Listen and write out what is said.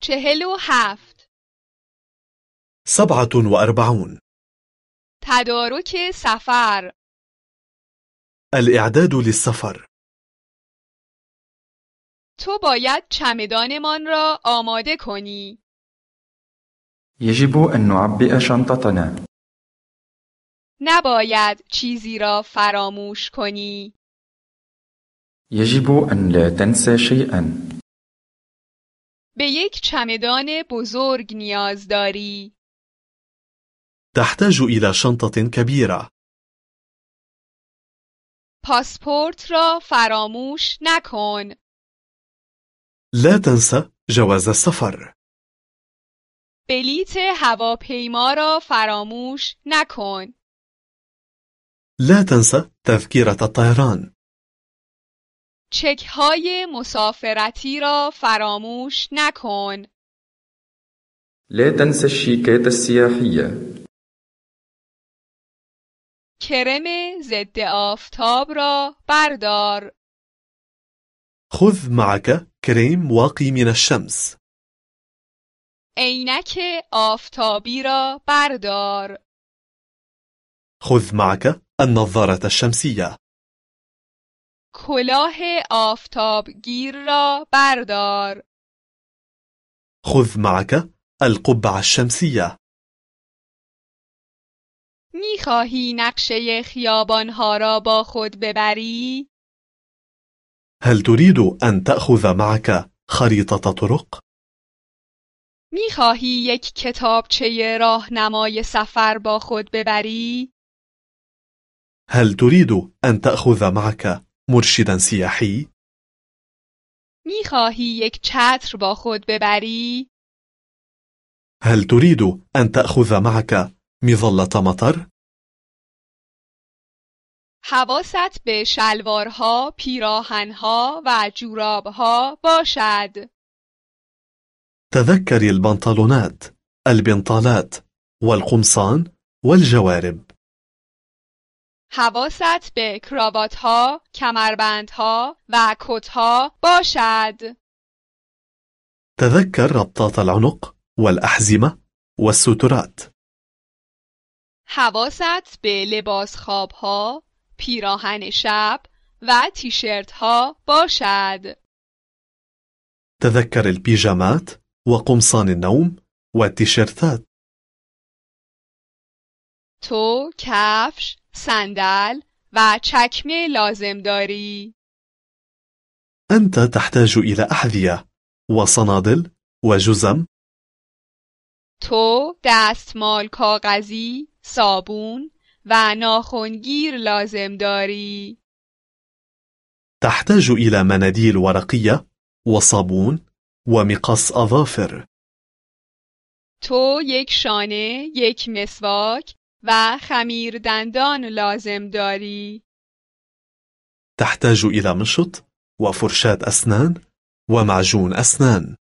چهل و هفت سبعة وأربعون تدارک سفر الإعداد للسفر تو باید چمدانمان را آماده کنی يجب أن نعبئ شنطتنا. نباید چیزی را فراموش کنی يجب أن لا تنسى شيئا. به یک چمدان بزرگ نیاز داری تحتاج إلى شنطة كبيرة پاسپورت را فراموش نکن لا تنسى جواز السفر بلیت هواپیما را فراموش نکن لا تنسى تذكرة الطيران چک های مسافرتی را فراموش نکن لا تنسى الشيكات السياحية. کرم ضد آفتاب را بردار خذ معك كريم واقي من الشمس عینک آفتابی را بردار خذ معك النظارة الشمسية کلاه آفتابگیر را بردار خذ معك القبعة الشمسية میخواهی نقشه خیابانها را با خود ببری؟ هل تريد أن تأخذ معك خريطة طرق؟ میخواهی یک کتابچه راهنمای سفر با خود ببری؟ هل تريد أن تأخذ معك مرشدا سياحي؟ میخواهی یک چتر با خود ببری؟ هل تريد أن تأخذ معك مظلة مطر؟ حواست به شلوارها، پیراهنها و جورابها باشد. تذكري البنطلونات، البنطالات، والقمصان، والجوارب. حواست به کراواتها، کمربندها و کتها باشد. تذكر ربطات العنق، والأحزمة، والسترات. حواست به لباس خوابها، پیراهن شب و تیشرتها باشد. تذكر البيجامات، وقمصان النوم، والتيشيرتات. تو کفش، صندل و چکمه لازم داری. أنت تحتاج إلى أحذية، وصنادل، وجزم، تو دستمال کاغذی، صابون و ناخونگیر لازم داری. تحتاج إلى مناديل ورقية وصابون ومقص أظافر تو یک شانه، یک مسواک و خمیر دندان لازم داری. تحتاج إلى مشط وفرشاة أسنان ومعجون أسنان